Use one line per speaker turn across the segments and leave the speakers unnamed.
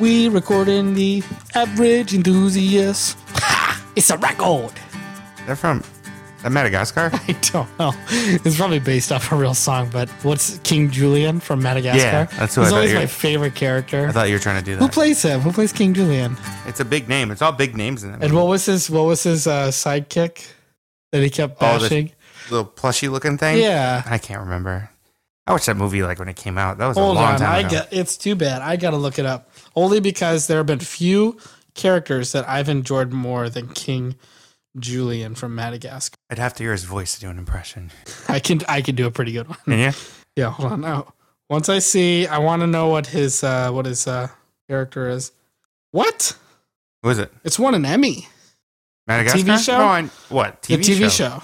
We recording the average enthusiast. Ha! It's a record.
They're from that Madagascar?
I don't know. It's probably based off a real song, but what's King Julian from Madagascar?
Yeah, that's who I
He's
thought
always
you were-
my favorite character.
I thought you were trying to do
Who
that.
plays him? Who plays King Julian?
It's a big name. It's all big names in that
And
movie.
what was his what was his uh, sidekick that he kept
Oh, the-
bashing?
Little plushy looking thing.
yeah.
I can't remember. I watched that movie like when it came out. That was
Hold
a long
on,
time
I
ago.
get it's too bad. I gotta look it up only because there have been few characters that I've enjoyed more than King Julian from Madagascar.
I'd have to hear his voice to do an impression.
I can I can do a pretty good one.
Can you?
Yeah, hold on. Oh, once I see, I want to know what his uh what his uh character is. What?
Who is it?
It's won an Emmy.
Madagascar?
show?
Oh, I- what?
The
TV,
TV
show?
show.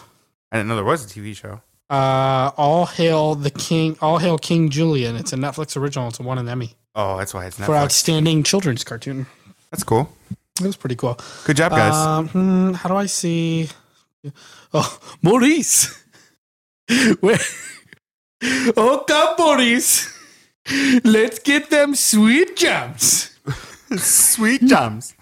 I didn't know there was a TV show.
Uh, all hail the king! All hail King Julian! It's a Netflix original. It's won an Emmy
Oh, that's why it's Netflix.
for outstanding children's cartoon.
That's cool.
It was pretty cool.
Good job, guys.
Um, hmm, how do I see? Oh, Maurice. Where? Oh, come, Maurice. Let's get them sweet jams.
Sweet jams.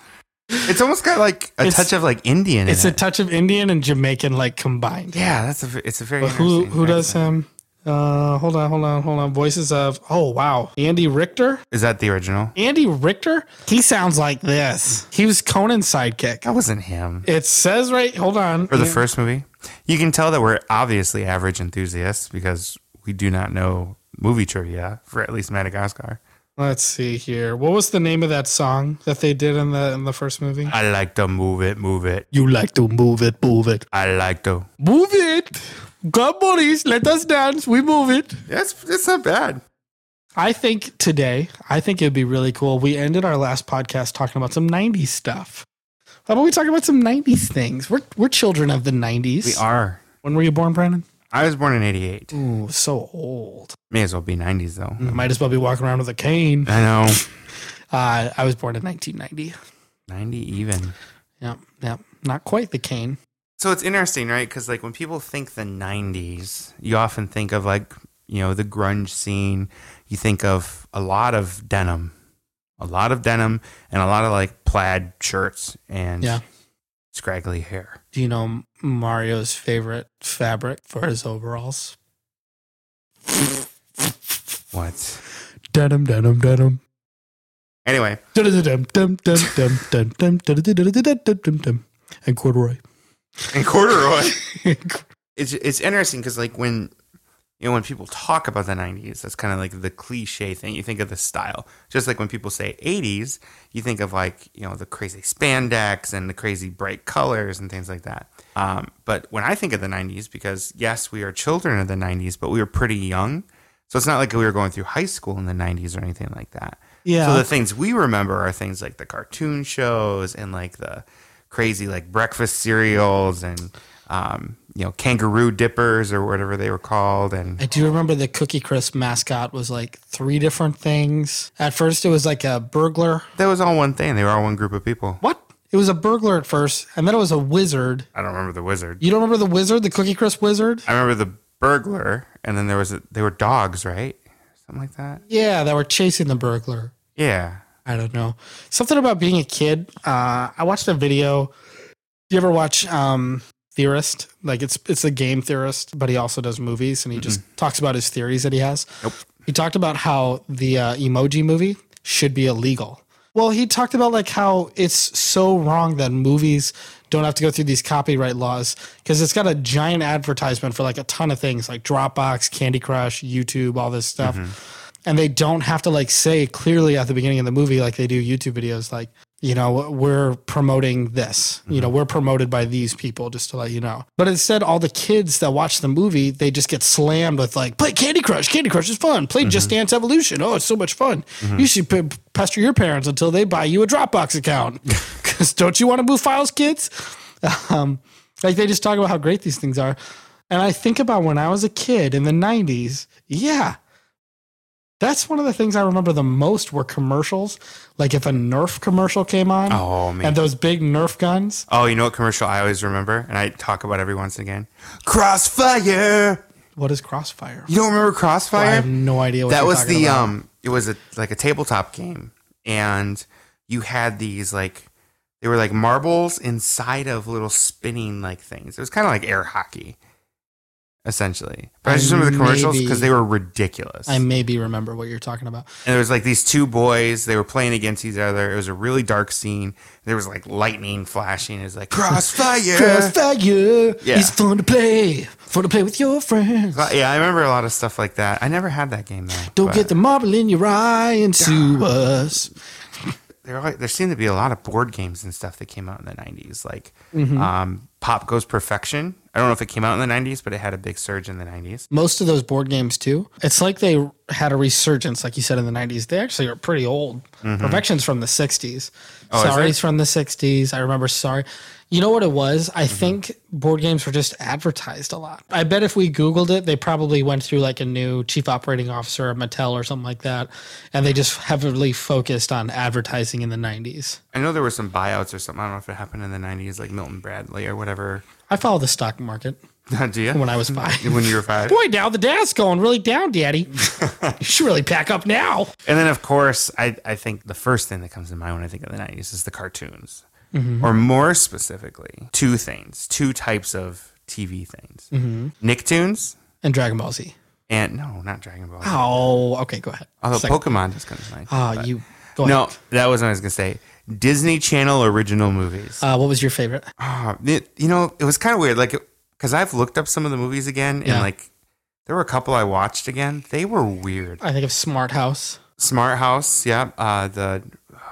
It's almost got like a
Uh, It's-
touch of like Indian.
It's
in
a touch of Indian and Jamaican like combined.
yeah. That's a. v- It's a very.
But who
interesting
who does
accent.
him? Uh, hold on, hold on, hold on. Voices of oh wow, Andy Richter.
Is that the original?
Andy Richter. He sounds like this. He was Conan's sidekick.
That wasn't him.
It says right. Hold on.
Or the first movie. You can tell that we're obviously average enthusiasts because we do not know movie trivia for at least Madagascar.
Let's see here. What was the name of that song that they did in the in the first movie?
I like to move it, move it.
Uh, You like to move it, move it,
I like to.
move it. Come, Maurice, let us dance. We move it.
That's that's not bad.
I think today, I think it'd be really cool. We ended our last podcast talking about some '90s stuff. How about we talk about some '90s things? We're we're children of the '90s.
We are.
When were you born, Brandon?
I was born in '88.
Ooh, so old.
May as well be '90s though.
Might as well be walking around with a cane.
I know.
Uh, I was born in 1990.
'90 even.
Yeah, yeah, not quite the cane.
So it's interesting, right? Because like when people think the '90s, you often think of like you know the grunge scene. You think of a lot of denim, a lot of denim, and a lot of like plaid shirts and
Yeah.
scraggly hair.
Do you know Mario's favorite fabric for his overalls?
What?
Denim, denim, denim.
Anyway,
Dum-dum-dum, dum-dum-dum, dum-dum, dum-dum-dum-dum-dum-dum. And corduroy.
and corduroy. it's it's interesting because like when you know when people talk about the 90s that's kind of like the cliche thing you think of the style just like when people say 80s you think of like you know the crazy spandex and the crazy bright colors and things like that um, but when i think of the 90s because yes we are children of the 90s but we were pretty young so it's not like we were going through high school in the 90s or anything like that
Yeah.
so the things we remember are things like the cartoon shows and like the crazy like breakfast cereals and um, you know kangaroo dippers or whatever they were called. And
I do remember the Cookie Crisp mascot was like three different things. At first, it was like a burglar.
that was all one thing. They were all one group of people.
What? It was a burglar at first, and then it was a wizard.
I don't remember the wizard.
You don't remember the wizard, the Cookie Crisp wizard?
I remember the burglar, and then there was a, they were dogs, right? Something like that.
Yeah, that were chasing the burglar.
Yeah.
I don't know. Something about being a kid. Uh, I watched a video. You ever watch um, Theorist? Like it's it's a game theorist, but he also does movies, and he just talks about his theories that he has.
Nope.
He talked about how the uh, emoji movie should be illegal. Well, he talked about like how it's so wrong that movies don't have to go through these copyright laws because it's got a giant advertisement for like a ton of things like Dropbox, Candy Crush, YouTube, all this stuff and they don't have to like say clearly at the beginning of the movie like they do YouTube videos like you know we're promoting this you know we're promoted by these people just to let you know but instead all the kids that watch the movie they just get slammed with like play Candy Crush Candy Crush is fun play Just Dance Evolution oh it's so much fun you should p- pester your parents until they buy you a Dropbox account cuz don't you want to move files kids um like they just talk about how great these things are and I think about when I was a kid in the 90s yeah that's one of the things I remember the most were commercials. Like if a Nerf commercial came on,
Oh man.
and those big Nerf guns.
oh, you know what commercial I always remember, and I talk about every once again. Crossfire.
What is Crossfire?
You don't remember
I
Crossfire?
have no idea what
that
you're
was um,
talking
the
about.
um it was a like a tabletop game and you had these like they were like marbles inside of little spinning like things. It was kind of like air hockey, essentially. But I just
I
remember the commercials because
maybe-
they were ridiculous.
I maybe remember what you're talking about.
and there was like these two boys. They were playing against each other. It was a really dark scene. There was like lightning flashing. It was like crossfire.
Crossfire
Yeah.
is fun to play, fun to play with your friends.
yeah, I remember a lot of stuff like that. I never had that game though.
Don't
but
get the marble in your eye and sue us.
there. Are, there seemed to be a lot of board games and stuff that came out in the '90s, like
Mm-hmm.
um, Pop Goes Perfection. I don't know if it came out in the '90s, but it had a big surge in the '90s.
Most of those board games too. It's like they had a resurgence, like you said in the '90s. They actually are pretty old. Perfection's from the '60s.
Mm-hmm. Oh, is
Sorry's from the '60s. I remember Sorry. You know what it was?
Mm-hmm.
I think board games were just advertised a lot. I bet if we Googled it, they probably went through like a new chief operating officer of Mattel or something like that, and they just heavily focused on advertising in the '90s.
I know there were some buyouts or something. I don't know if it happened in the '90s, like Milton Bradley or whatever.
I follow the stock market
Do you?
when I was five.
when you were five.
Boy, now the dad's going really down, Daddy. you should really pack up now.
And then, of course, I, I think the first thing that comes to mind when I think of the 90s is the cartoons.
Mm-hmm.
Or more specifically, two things, two types of TV things
Mm-hmm.
Nicktoons
And Dragon Ball Z.
and no, not Dragon Ball.
Oh, okay, go ahead.
Although
Second-
Pokemon just comes to mind.
Ah, you go ahead.
no, that wasn't what I was going to say. Disney Channel original movies.
Uh, what was your favorite?
Ah, it- you know, it was kind of weird. Like, because I've looked up some of the movies again,
Yeah.
and like, there were a couple I watched again. They were weird.
I think of Smart House.
Smart House, yeah. Uh, the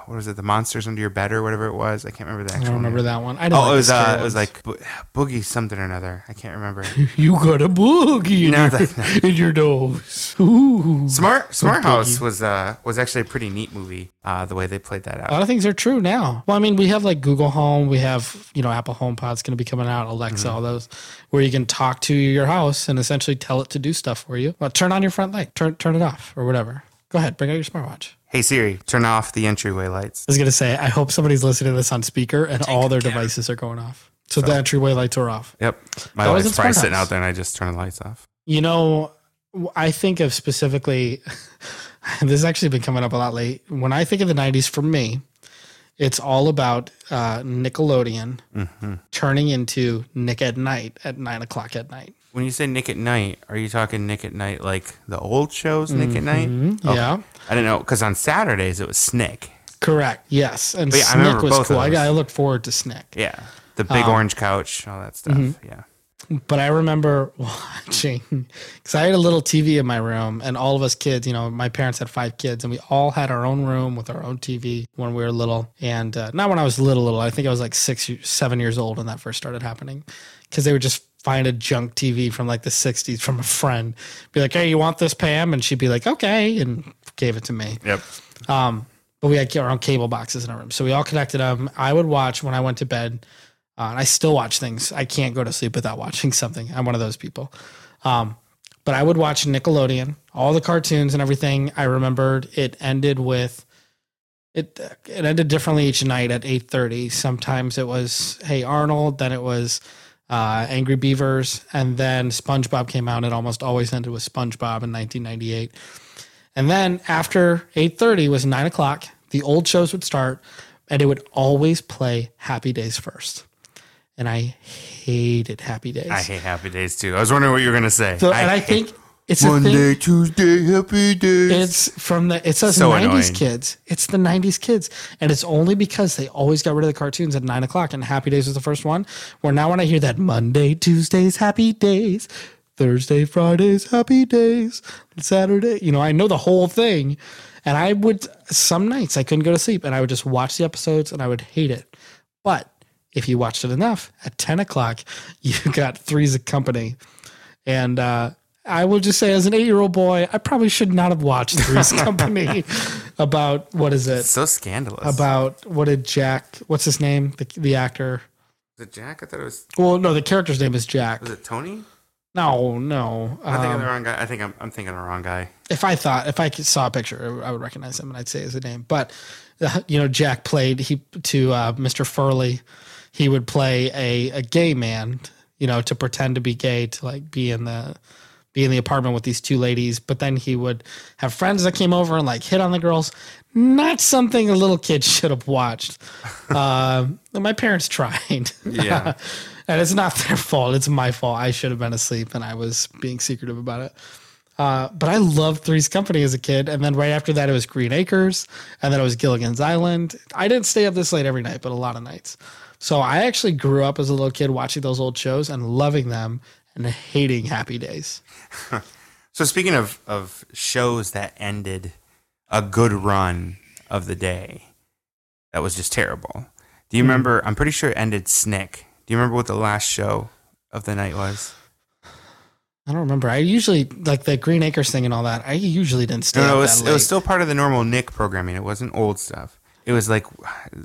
what was it? The Monsters Under Your Bed or whatever it was. I can't remember the
I
actual.
don't remember
name.
that one. I don't
Oh,
like
it was
the
uh,
scary
it
ones.
was like bo- boogie something or another. I can't remember.
you got a boogie in,
No,
your,
that-
in your nose. Ooh.
Smart Smart House
Boogie.
was uh was actually a pretty neat movie. Uh, the way they played that
A
out.
lot of things are true now. Well, I mean, we have like Google Home, we have you know Apple HomePod's going to be coming out,
Mm-hmm.
Alexa, all those, where you can talk to your house and essentially tell it to do stuff for you. Well, turn on your front light, turn turn it off, or whatever. Go ahead, bring out your smartwatch.
Hey Siri, turn off the entryway lights.
I was gonna say, I hope somebody's listening to this on speaker and all their devices are going off. So, the entryway lights are off.
Yep, my
That was in
wife's probably
Smart
sitting
House.
out there, and I just turn the lights off.
You know, w- I think of specifically. this has actually been coming up a lot late. When I think of the '90s, for me, it's all about uh, Nickelodeon
Mm-hmm.
turning into Nick at Night at nine o'clock at night.
When you say Nick at Night, are you talking Nick at Night like the old shows Nick at Night?
Yeah,
I don't know because on Saturdays it was Snick.
correct. Yes, and
But yeah, I remember
Snick was
both of
cool. I,
those.
I looked forward to Snick.
Yeah, the big
Oh.
orange couch, all that stuff.
Mm-hmm.
Yeah.
but I remember watching because I had a little TV in my room, and all of us kids, you know, my parents had five kids, and we all had our own room with our own TV when we were little. And uh, not when I was little, little. I think I was like six, seven years old when that first started happening, because they would just find a junk TV from like the '60s from a friend, be like, "Hey, you want this, Pam?" And she'd be like, "Okay," and gave it to me.
Yep.
But we had our own cable boxes in our room, so we all connected them. I would watch when I went to bed. Uh, and I still watch things. I can't go to sleep without watching something. I'm one of those people. Um, but I would watch Nickelodeon, all the cartoons and everything. I remembered it ended with it. It ended differently each night at 8:30. Sometimes it was Hey Arnold, then it was uh, Angry Beavers, and then SpongeBob came out. It almost always ended with SpongeBob in 1998. And then after 8:30 was nine o'clock. The old shows would start, and it would always play Happy Days first. And I hated Happy Days.
I hate happy days too. I was wondering what you were gonna say.
So, and I think it's a thing.
Monday, Tuesday, happy days.
It's from the. It says
So
90s
annoying.
kids. It's the 90s kids, and it's only because they always got rid of the cartoons at nine o'clock. And Happy Days was the first one. Where now when I hear that Monday, Tuesdays, Happy Days, Thursday, Fridays, Happy Days, Saturday, you know, I know the whole thing. And I would some nights I couldn't go to sleep, and I would just watch the episodes, and I would hate it. But if you watched it enough, at 10 o'clock, you got Three's a Company. And uh, I will just say, as an eight year old boy, I probably should not have watched Three's Company about what is it?
so scandalous.
About what did Jack, what's his name? The, the actor.
was it Jack? I thought it was.
Well, no, the character's name is Jack.
Was it Tony?
No, no.
I'm thinking of the
Um,
wrong guy. I think I'm, I'm thinking of the wrong guy.
if I thought, if I could- saw a picture, I would recognize him and I'd say his name. But, uh, you know, Jack played he to uh, Mr. Furley. He would play a, a gay man, you know, to pretend to be gay to like be in the be in the apartment with these two ladies, but then he would have friends that came over and like hit on the girls. Not something a little kid should have watched. uh, my parents tried.
Yeah.
and it's not their fault. It's my fault. I should have been asleep and I was being secretive about it. Uh, but I loved Three's Company as a kid. And then right after that, it was Green Acres. And then it was Gilligan's Island. I didn't stay up this late every night, but a lot of nights. So I actually grew up as a little kid watching those old shows and loving them and hating Happy Days.
So speaking of of shows that ended a good run of the day, that was just terrible. Do you
Hmm.
remember? I'm pretty sure it ended Snick. Do you remember what the last show of the night was?
I don't remember. I usually, like the Green Acres thing and all that, I usually didn't stay
No,
up
no, it was
that late.
it was still part of the normal Nick programming. It wasn't old stuff. It was like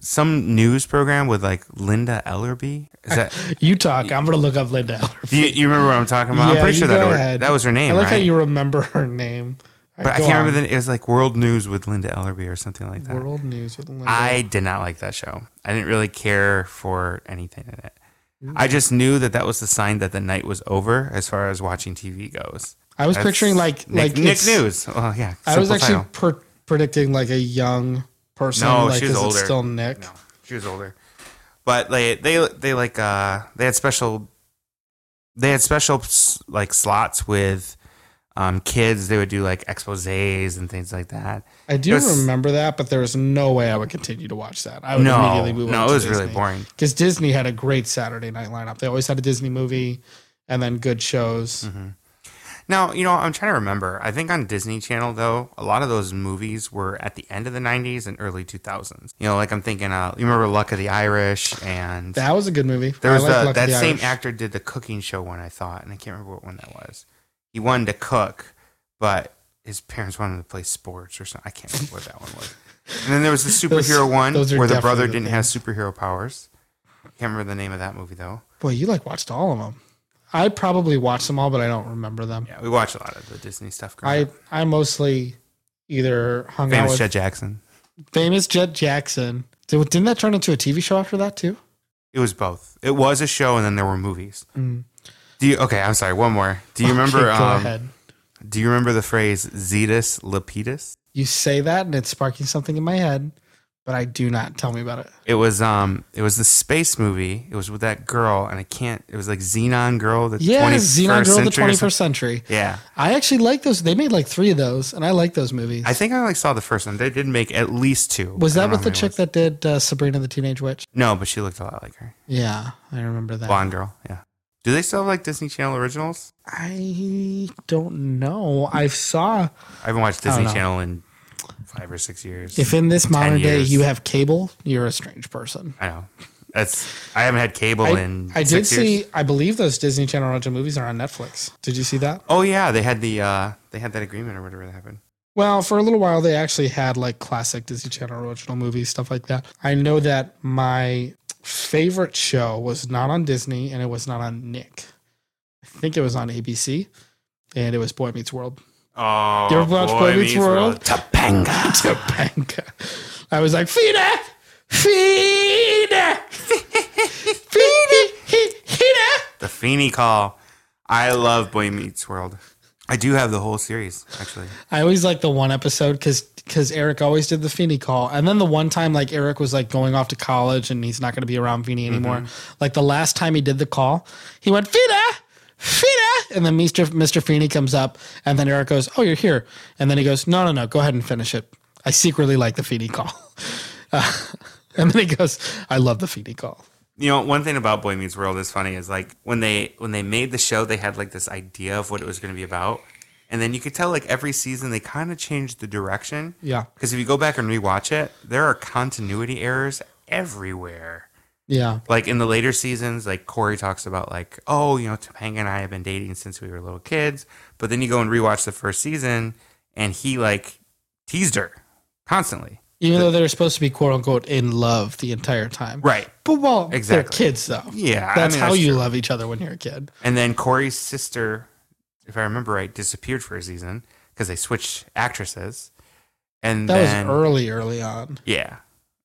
some news program with like Linda Ellerby. Is that
you talk. I'm going to look up Linda Ellerby.
do you, you remember what I'm talking about? I'm pretty sure that were, that was her name,
I like
right?
how you remember her name.
but I can't remember. The, it was like World News with Linda Ellerby or something like that.
World News with Linda.
I did not like that show. I didn't really care for anything in it.
Mm.
I just knew that that was the sign that the night was over as far as watching TV goes.
I was
That's
picturing like
Nick,
like
Nick
it's-
News. Oh yeah,
I was
simple
actually
title.
per- predicting like a young person.
No,
like,
she was
is it
older.
still Nick.
no, she was older, but they they they like uh they had special they had special s- like slots with um kids. They would do like exposés and things like that.
I do
It was-
remember that, but there was no way I would continue to watch that. I would
No,
immediately move
no,
on
it
to
was really
Disney.
boring.
because Disney had a great Saturday night lineup. They always had a Disney movie and then good shows.
Mm-hmm. Now, you know, I'm trying to remember. I think on Disney Channel, though, a lot of those movies were at the end of the 90s and early 2000s. You know, like I'm thinking, uh, you remember Luck of the Irish? And
That was a good movie.
there was
I liked
the,
Luck of
that
the
same
Irish.
actor did the cooking show one, I thought, and I can't remember what one that was. He wanted to cook, but his parents wanted to play sports or something. I can't remember what that one was. And then there was the
Those-
superhero one
those are
where the
definitely
brother
the
didn't have superhero powers. Can't remember the name of that movie though.
Boy, you like watched all of them. I probably watched them all, but I don't remember them.
Yeah, we watch a lot of the Disney stuff. growing
I
up.
I mostly either hung out
famous
with
Jed Jackson.
famous Jet Jackson. Did, didn't that turn into a TV show after that too?
It was both. It was a show, and then there were movies.
Mm.
Do you? Okay, I'm sorry. One more. Do you remember?
Okay, go
um,
ahead.
do you remember the phrase "zetas lapidus"?
You say that, and it's sparking something in my head, but I do not. Tell me about it.
It was um, it was the space movie. It was with that girl, and I can't. It was like Xenon Girl, the
Yeah,
21st
Xenon Girl of the
century or
21st
something.
century.
Yeah,
I actually like those. They made like three of those, and I like those movies.
I think I only saw the first one. They did make at least two.
was that
I don't know
with
how
the
many
chick
it was.
that did uh, Sabrina the Teenage Witch?
No, but she looked a lot like her.
Yeah, I remember that.
Blonde girl. Yeah. Do they still have like Disney Channel originals?
I don't know. I saw
I haven't watched
don't
Disney
know.
Channel in five or six years.
if in this modern day
years.
you have cable, you're a strange person.
I know. That's. I haven't had cable
I,
in.
I did
six years.
see. I believe those Disney Channel original movies are on Netflix. Did you see that?
Oh yeah, they had the uh they had that agreement or whatever that happened.
Well, for a little while, they actually had like classic Disney Channel original movies, stuff like that. I know that my favorite show was not on Disney and it was not on Nick. I think it was on ABC and it was Boy Meets World.
Oh,
You ever watch Boy Meets World?
Topanga.
Topanga. I was like, Fina! Fina! Fina! Fina!
The Feeny Call. I love Boy Meets World. I do have the whole series actually.
I always like the one episode because Eric always did the Feeny call, and then the one time like Eric was like going off to college and he's not going to be around Feeny
Mm-hmm.
anymore. Like the last time he did the call, he went Feena, Feena, and then Mister Mister Feeny comes up, and then Eric goes, "Oh, you're here," and then he goes, "No, no, no, go ahead and finish it. I secretly like the Feeny call," Uh, and then he goes, "I love the Feeny call."
You know, one thing about Boy Meets World is funny is like when they when they made the show, they had like this idea of what it was going to be about, and then you could tell like every season they kind of changed the direction.
Yeah,
Because if you go back and rewatch it, there are continuity errors everywhere.
yeah,
like in the later seasons, like Corey talks about like, oh, you know, Topanga and I have been dating since we were little kids. But then you go and rewatch the first season and he like teased her constantly.
even though they're supposed to be quote unquote in love the entire time,
Right.
But well,
Exactly.
they're kids though.
Yeah. I
That's
mean,
how you
true.
love each other when you're a kid.
And then Corey's sister, if I remember right, disappeared for a season because they switched actresses. And
That
then
was early, early on.
Yeah.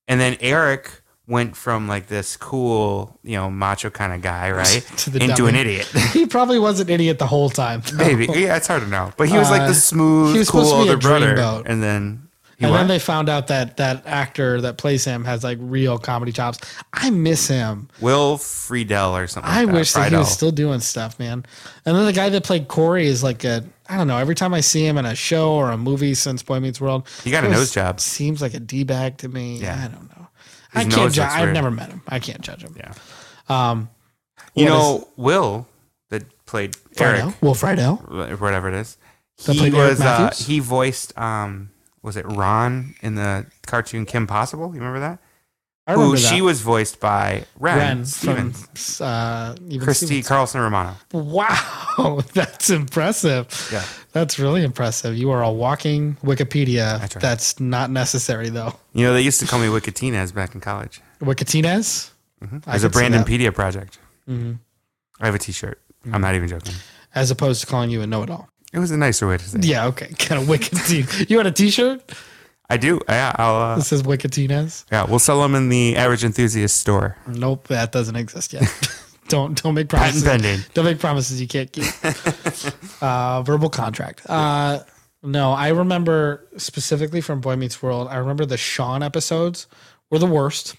And then Eric went from like this cool, you know, macho kind of guy, right,
To the
into
dummy.
an idiot.
He probably was an idiot the whole time.
Maybe yeah, it's hard to know. But he was like
Uh,
the smooth,
he was
cool
supposed to be a
older brother,
dreamboat.
and then he
and then
went.
they found out that that actor that plays him has like real comedy chops. I miss him.
Will Friedel or something.
I
like
wish that he
Friedel.
was still doing stuff, man. And then the guy that played Corey is like a I don't know. Every time I see him in a show or a movie since Boy Meets World,
He got a
always
nose job.
Seems like a d bag to me.
Yeah.
I don't know. I
His
can't.
nose
Ju-
looks
I've
weird.
never met him. I can't judge him.
Yeah.
Um,
you
what
know, Will that played Eric,
Friedel, Will Friedel.
wh- whatever it is.
That
He
played Eric
was. Uh,
Matthews?
he voiced. Um, was it Ron in the cartoon Kim Possible? You remember that?
I remember
Who
that.
she was voiced by Ren,
Ren from
Stevens,
uh, even
Christy
Stevens.
Carlson Romano.
Wow, that's impressive.
Yeah.
That's really impressive. You are a walking Wikipedia.
I
That's,
try.
not necessary though.
You know, they used to call me Wikitinez back in college.
Wikitinez. I
As a
could see
Brandon
that. Mm-hmm. Mm.
Pedia project. I have a T-shirt. I'm not even joking.
as opposed to calling you a know-it-all.
It was a nicer way to say. it.
Yeah, okay. Kind of Wikitinez. you had a T-shirt
I do. Yeah, I'll. Uh,
that says Wikitinez.
yeah, we'll sell them in the average enthusiast store.
Nope, that doesn't exist yet. don't don't make
Patent
promises.
pending.
Don't make promises you can't keep. uh, verbal contract. Uh, no, I remember specifically from Boy Meets World. I remember the Sean episodes were the worst.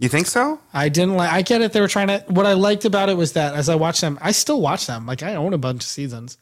You think so?
I didn't like. I get it. They were trying to. What I liked about it was that as I watched them, I still watch them. Like I own a bunch of seasons.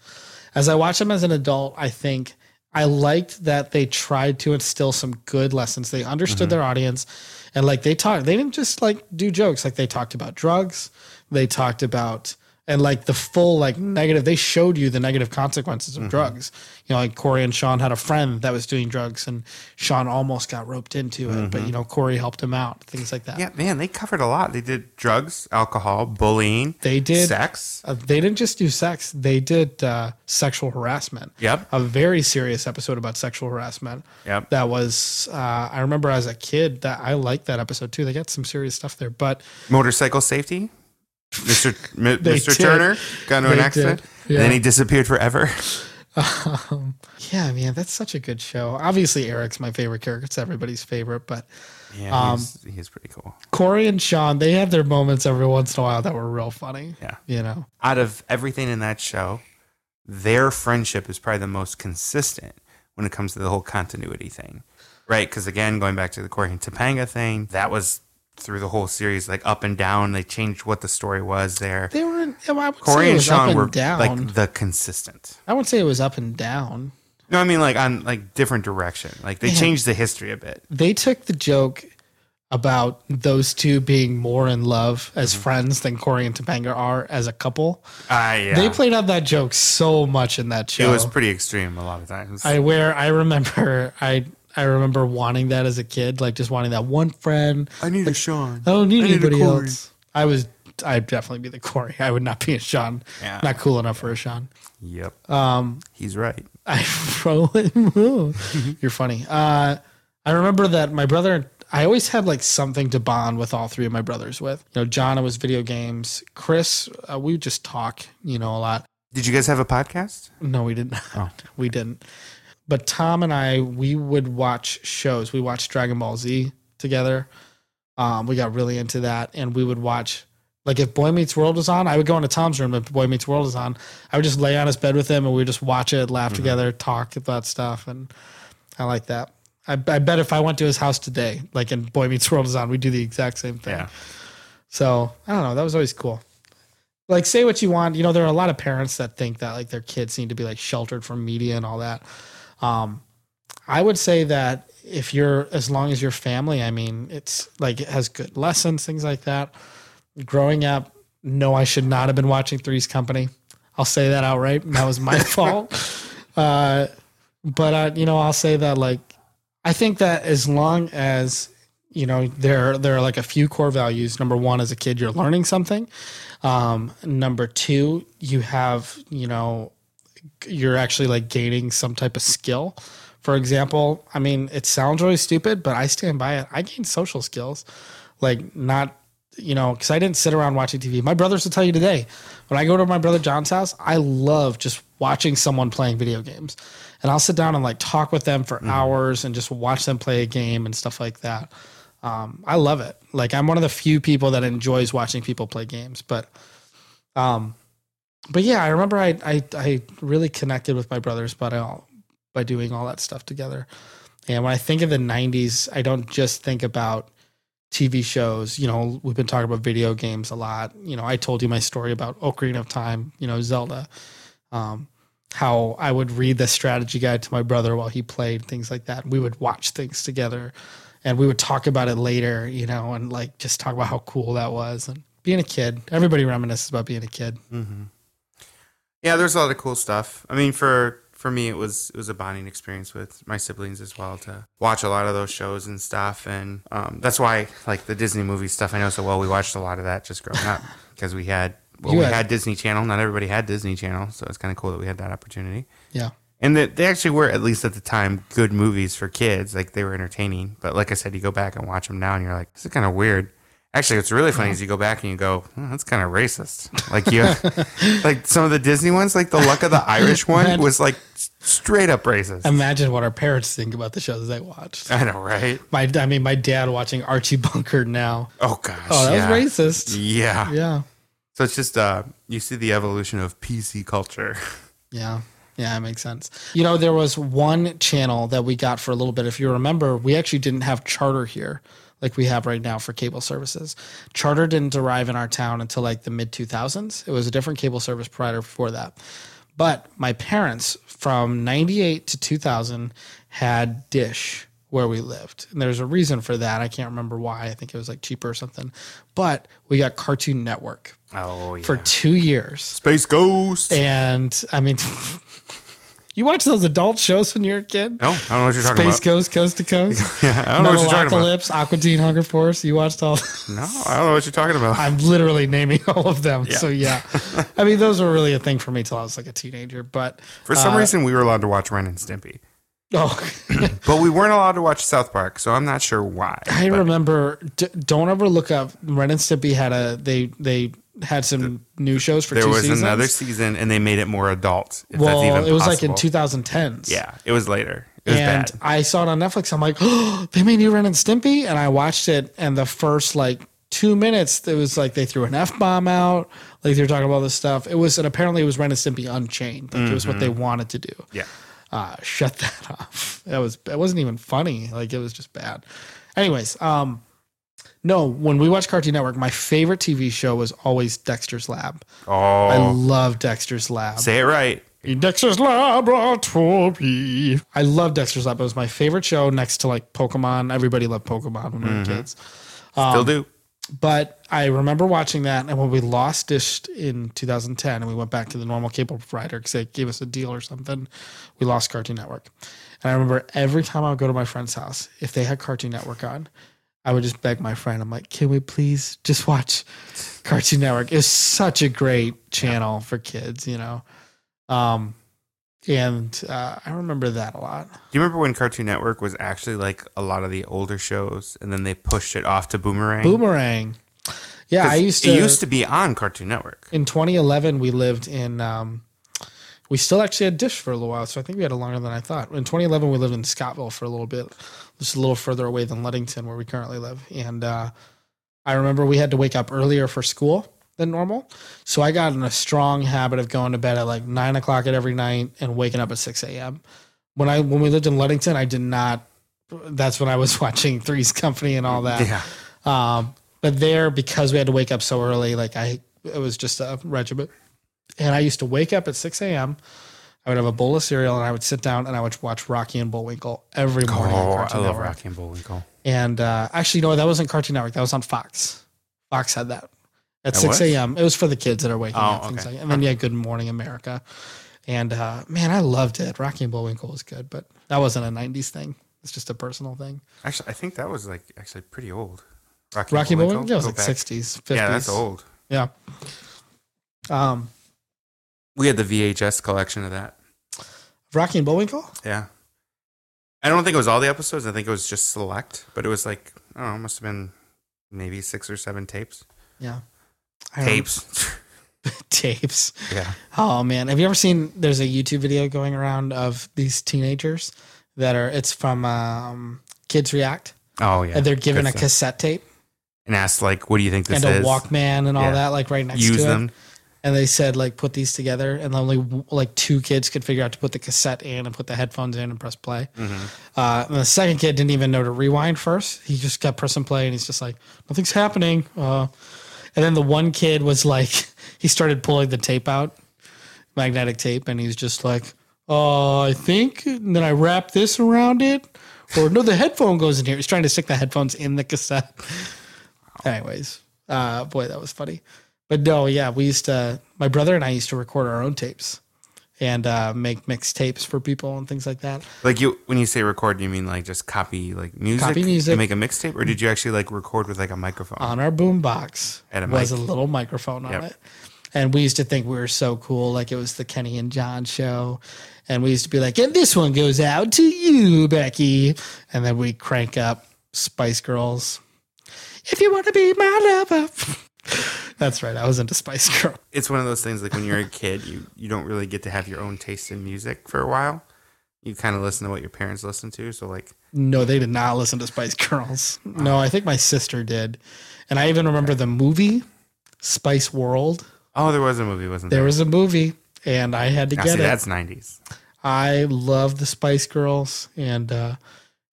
As I watch them as an adult, I think I liked that they tried to instill some good lessons. They understood their audience, and like they talked. They didn't just like do jokes. Like they talked about drugs. They talked about and like the full like negative. They showed you the negative consequences of drugs. You know, like Corey and Sean had a friend that was doing drugs, and Sean almost got roped into it, but you know Corey helped him out. Things like that.
Yeah, man, they covered a lot. They did drugs, alcohol, bullying.
They did.
sex.
Uh, they didn't just do sex; they did uh, sexual harassment.
Yep.
a very serious episode about sexual harassment.
Yep.
that was. Uh, I remember as a kid that I liked that episode too. They got some serious stuff there, but
Motorcycle safety. Mr. M-
They
Mr.
did.
Turner got into an
They
accident,
did.
and then
Yeah.
he disappeared forever.
um, yeah, man, that's such a good show. Obviously, Eric's my favorite character; it's everybody's favorite. But
Yeah,
Um,
he's, he's pretty cool.
Corey and Sean, they had their moments every once in a while that were real funny.
Yeah.
you know,
out of everything in that show, their friendship is probably the most consistent when it comes to the whole continuity thing, right? Because again, going back to the Corey and Topanga thing, that was through the whole series, like up and down. They changed what the story was there.
they were. In, I would
Corey
say it
and
was up
Sean
and
were
down.
like the consistent.
I would say it was up and down.
No, I mean like on like different direction. Like they
Man.
changed the history a bit.
they took the joke about those two being more in love as
Mm-hmm.
friends than Corey and Topanga are as a couple.
Ah, yeah.
They played out that joke so much in that
it
show.
was pretty extreme a lot of times.
I where I remember I I remember wanting that as a kid, like just wanting that one friend.
I need a Sean.
I don't need
I need a
anybody
Corey.
else. I was I'd definitely be the Corey. I would not be a Sean.
Yeah.
Not cool enough for a Sean.
Yep.
Um
He's right.
I roll. You're funny. Uh, I remember that my brother. I always had like something to bond with all three of my brothers with. You know, John it was video games. Chris, uh, we would just talk. You know, a lot.
Did you guys have a podcast?
No, we didn't.
Oh.
we didn't. But Tom and I, we would watch shows. We watched Dragon Ball Z together. Um, we got really into that, and we would watch. Like if Boy Meets World was on, I would go into Tom's room. If Boy Meets World was on, I would just lay on his bed with him, and we would just watch it, laugh together, talk about stuff, and I like that. I, I bet if I went to his house today, like in Boy Meets World is on, we'd do the exact same thing. So I don't know. That was always cool. Like, say what you want. You know, there are a lot of parents that think that like their kids need to be like sheltered from media and all that. Um, I would say that if you're, as long as your family, I mean, it's like it has good lessons, things like that. Growing up, no, I should not have been watching Three's Company. I'll say that outright. That was my fault. Uh, but uh, you know, I'll say that like I think that as long as you know there there are like a few core values. Number one, as a kid, you're learning something. Um, number two, you have you know you're actually like gaining some type of skill. For example, I mean, it sounds really stupid, but I stand by it. I gained social skills, like not you know, because I didn't sit around watching TV. My brothers will tell you today, when I go to my brother John's house, I love just watching someone playing video games. And I'll sit down and like talk with them for hours and just watch them play a game and stuff like that. Um, I love it. Like I'm one of the few people that enjoys watching people play games, but um, but yeah, I remember I I, I really connected with my brothers, but all by doing all that stuff together. And when I think of the '90s, I don't just think about TV shows. You know, we've been talking about video games a lot. You know, I told you my story about Ocarina of Time. You know, Zelda. Um, how I would read the strategy guide to my brother while he played things like that. We would watch things together, and we would talk about it later. You know, and like just talk about how cool that was and being a kid. Everybody reminisces about being a kid.
Mm-hmm. Yeah, there's a lot of cool stuff. I mean, for for me, it was it was a bonding experience with my siblings as well to watch a lot of those shows and stuff, and um, that's why like the Disney movie stuff I know so well. We watched a lot of that just growing up because we had well
You
we
had-
had Disney Channel. Not everybody had Disney Channel, so it's kind of cool that we had that opportunity.
Yeah.
And that they actually were, at least at the time, good movies for kids. Like they were entertaining. But like I said, you go back and watch them now, and you're like, this is kind of weird. Actually, what's really funny is you go back and you go, "Hmm, that's kind of racist. Like you, like some of the Disney ones, like the Luck of the Irish one
Man.
was like s- straight up racist.
Imagine what our parents think about the shows they watched.
I know, right?
My, I mean, my dad watching Archie Bunker now.
Oh gosh,
Oh, that
yeah.
was racist.
Yeah.
Yeah,
So it's just uh, you see the evolution of PC culture.
yeah, yeah. It makes sense. You know, there was one channel that we got for a little bit. If you remember, we actually didn't have charter here like we have right now for cable services. Charter didn't arrive in our town until like the mid 2000s. It was a different cable service provider before that. But my parents from 98 to 2000 had Dish where we lived. And there's a reason for that. I can't remember why. I think it was like cheaper or something. But we got Cartoon Network
Oh yeah.
for 2 years.
Space Ghost.
And I mean you watch those adult shows when you're a kid?
no, I don't know what you're talking
Space
about.
Coast, Coast to Coast.
Yeah, I don't know what you're talking about.
Metalocalypse, Aqua Teen Hunger Force. You watched all.
No, I don't know what you're talking about.
I'm literally naming all of them.
Yeah.
So yeah, I mean those were really a thing for me till I was like a teenager. But
For some
uh,
reason, we were allowed to watch Ren and Stimpy,
oh,
but we weren't allowed to watch South Park. So I'm not sure why.
I
but
remember. D- don't ever look up Ren and Stimpy had a they they had some new shows for
there
two
was
seasons.
another season, and they made it more adult. If
well,
that's even
it was
possible.
like in 2010s.
Yeah, it was later. It was
and
bad.
I saw it on Netflix. I'm like, oh, they made new Ren and Stimpy, and I watched it. And the first like two minutes, it was like they threw an f bomb out, like they were talking about this stuff. It was, and apparently it was Ren and Stimpy Unchained. Like it was what
Mm-hmm.
they wanted to do.
Yeah,
Uh, shut that off. That was it. Wasn't even funny. Like it was just bad. Anyways, um, no. When we watched Cartoon Network, my favorite TV show was always Dexter's Lab. I
oh,
love Dexter's Lab.
say it right.
Dexter's Laboratory. I love Dexter's Lab. It was my favorite show next to like Pokemon. Everybody loved Pokemon when we were kids. Um,
Still do.
But I remember watching that. And when we lost Dish in 2010 and we went back to the normal cable provider because they gave us a deal or something, we lost Cartoon Network. And I remember every time I would go to my friend's house, if they had Cartoon Network on, I would just beg my friend, I'm like, can we please just watch Cartoon Network? It's such a great channel for kids, you know? Um, and uh, I remember that a lot.
Do you remember when Cartoon Network was actually like a lot of the older shows, and then they pushed it off to Boomerang?
Boomerang. Yeah,
'Cause
I used to.
It used to be on Cartoon Network.
in 2011 we lived in um, we still actually had dish for a little while so i think we had it longer than i thought in 2011 we lived in scottville for a little bit just a little further away than ludington where we currently live and uh, i remember we had to wake up earlier for school than normal so i got in a strong habit of going to bed at like 9 o'clock at every night and waking up at 6 a.m when i when we lived in ludington i did not that's when i was watching three's company and all that
Yeah,
um, but there, because we had to wake up so early, like I, it was just a regiment. And I used to wake up at 6 a.m. I would have a bowl of cereal and I would sit down and I would watch Rocky and Bullwinkle every morning. on
oh, I
Cartoon
love
Network.
Rocky and Bullwinkle.
And uh, actually, no, that wasn't Cartoon Network. That was on Fox. Fox had that at
That
6
was?
a.m. It was for the kids that are waking
Oh,
up. Things
okay.
like, and then, yeah, Good Morning America. And uh, man, I loved it. Rocky and Bullwinkle was good, but that wasn't a 90s thing. It's just a personal thing.
Actually, I think that was like actually pretty old. Rocky,
Rocky and Bullwinkle, yeah, it was
Go
like
back.
60s, 50s.
Yeah, that's old.
Yeah. Um,
We had the VHS collection of that.
Rocky and Bullwinkle.
Yeah. I don't think it was all the episodes. I think it was just select, but it was like, I don't know, it must have been maybe six or seven tapes.
Yeah. I remember-
Tapes.
tapes.
yeah.
Oh man, have you ever seen? There's a YouTube video going around of these teenagers that are. It's from um, Kids React,
Oh yeah.
and they're given
Good
a
stuff.
cassette tape
and asked like, "What do you think this
and a
is?"
Walkman and all
Yeah.
that, like right next
Use
to it.
them.
And they said like put these together, and only w- like two kids could figure out to put the cassette in and put the headphones in and press play. Uh, and the second kid didn't even know to rewind first. He just kept pressing play, and he's just like, nothing's happening. Uh, and then the one kid was like, he started pulling the tape out, magnetic tape, and he's just like, uh, I think. And then I wrap this around it, or no, the headphone goes in here. He's trying to stick the headphones in the cassette. Anyways, uh, boy, that was funny. But no, yeah, we used to. My brother and I used to record our own tapes and uh, make mixed tapes for people and things like that.
Like you, when you say record, you mean like just copy like music,
Copy music. Uh-huh.
and make a mixtape, or did you actually like record with like a microphone?
on our boombox
And a
was
mic.
a little microphone on
Yep.
it. And we used to think we were so cool, like it was the Kenny and John show. And we used to be like, and this one goes out to you, Becky. And then we crank up Spice Girls. If you want to be my lover. That's right. I was into Spice Girl.
it's one of those things like when you're a kid, you you don't really get to have your own taste in music for a while. You kind of listen to what your parents listen to. So like,
No, they did not listen to Spice Girls. No, I think my sister did. And I even remember the movie Spice World.
oh, there was a movie, wasn't there?
There was a movie, and I had to
Now,
get
see,
it.
that's '90s.
I love the Spice Girls, and uh,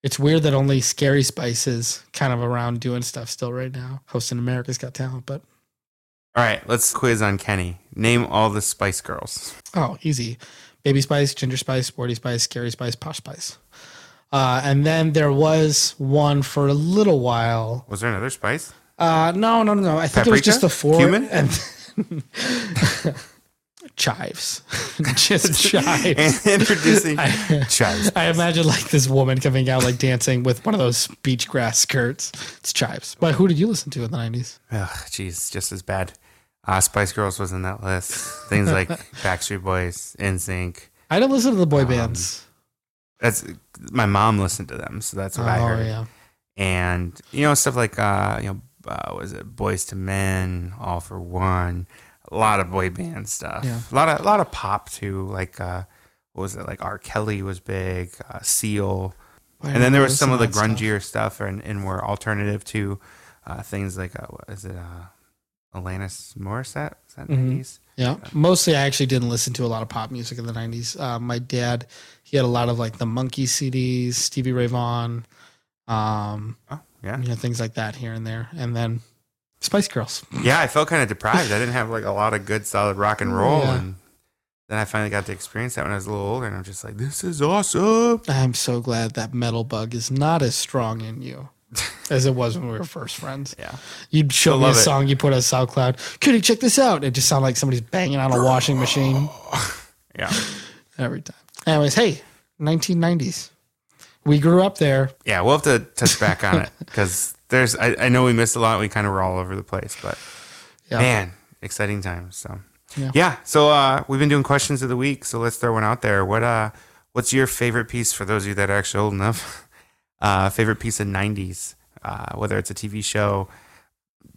it's weird that only Scary Spice is kind of around doing stuff still right now, hosting America's Got Talent. But
All right, let's quiz on Kenny. Name all the Spice Girls.
oh, easy: Baby Spice, Ginger Spice, Sporty Spice, Scary Spice, Posh Spice. Uh, and then there was one for a little while.
Was there another Spice?
Uh, no, no, no, no. I think it was
Paprika?
just the four
Cumin?
and chives, just chives.
Introducing Chives.
I imagine like this woman coming out like dancing with one of those beach grass skirts. It's Chives. But who did you listen to in the nineties?
Ugh, jeez, just as bad. Uh, Spice Girls was in that list. Things like Backstreet Boys, NSYNC.
I didn't listen to the
Um,
boy bands.
That's my mom listened to them, so that's what I
oh
heard.
yeah.
and you know stuff like uh you know uh, was it boys to men all for one a lot of boy band stuff
Yeah.
a lot of a lot of pop too like uh what was it like r kelly was big uh, seal
Why
and then there
didn't I
was some of the
listen to that stuff?
grungier stuff, and, and were alternative to uh things like uh what is it uh alanis morissette is that
Mhm.
90s
Yeah. Mostly I actually didn't listen to a lot of pop music in the nineties. Uh, my dad, he had a lot of like the monkey CDs, Stevie Ray Vaughan, um,
oh yeah
you know, things like that here and there. And then Spice Girls.
yeah i felt kind of deprived i didn't have like a lot of good solid rock and roll
Yeah.
and then i finally got to experience that when i was a little older and i'm just like this is awesome
I'm so glad that metal bug is not as strong in you as it was when we were first friends.
Yeah.
You'd show me a
love it.
song you put on SoundCloud. Kitty, check this out. It just sounded like somebody's banging on a washing machine
Yeah.
every time. Anyways, hey, 1990s. We grew up there.
Yeah. We'll have to touch back on it because there's, I, I know we missed a lot. We kind of were all over the place, but
Yeah.
man, exciting times. So,
Yeah.
yeah. so, uh, we've been doing questions of the week. So let's throw one out there. What, uh, what's your favorite piece for those of you that are actually old enough? Uh, favorite piece of 90s, uh, whether it's a TV show.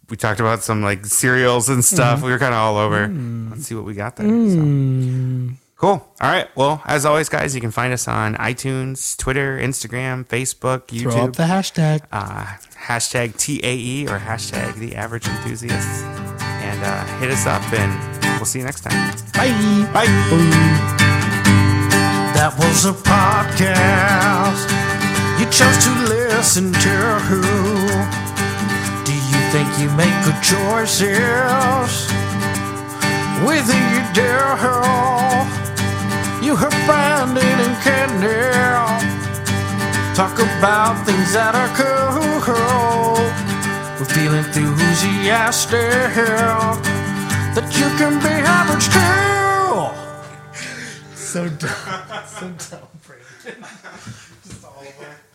We talked about some like cereals and stuff. We were kind of all over. Let's see what we got there. So.
Mm,
Cool. All right. Well, as always, guys, you can find us on iTunes, Twitter, Instagram, Facebook,
throw up
YouTube.
the hashtag.
Uh, hashtag TAE or hashtag the average enthusiasts. And uh, hit us up, and we'll see you next time.
Bye.
Bye.
That was a podcast you chose to listen to. Do you think you make good choices? Whether you do, you have Brandon and Candy talk about things that are cool. We're feeling enthusiastic that you can be average too.
So dumb. So dumb, Brandon. Just all over.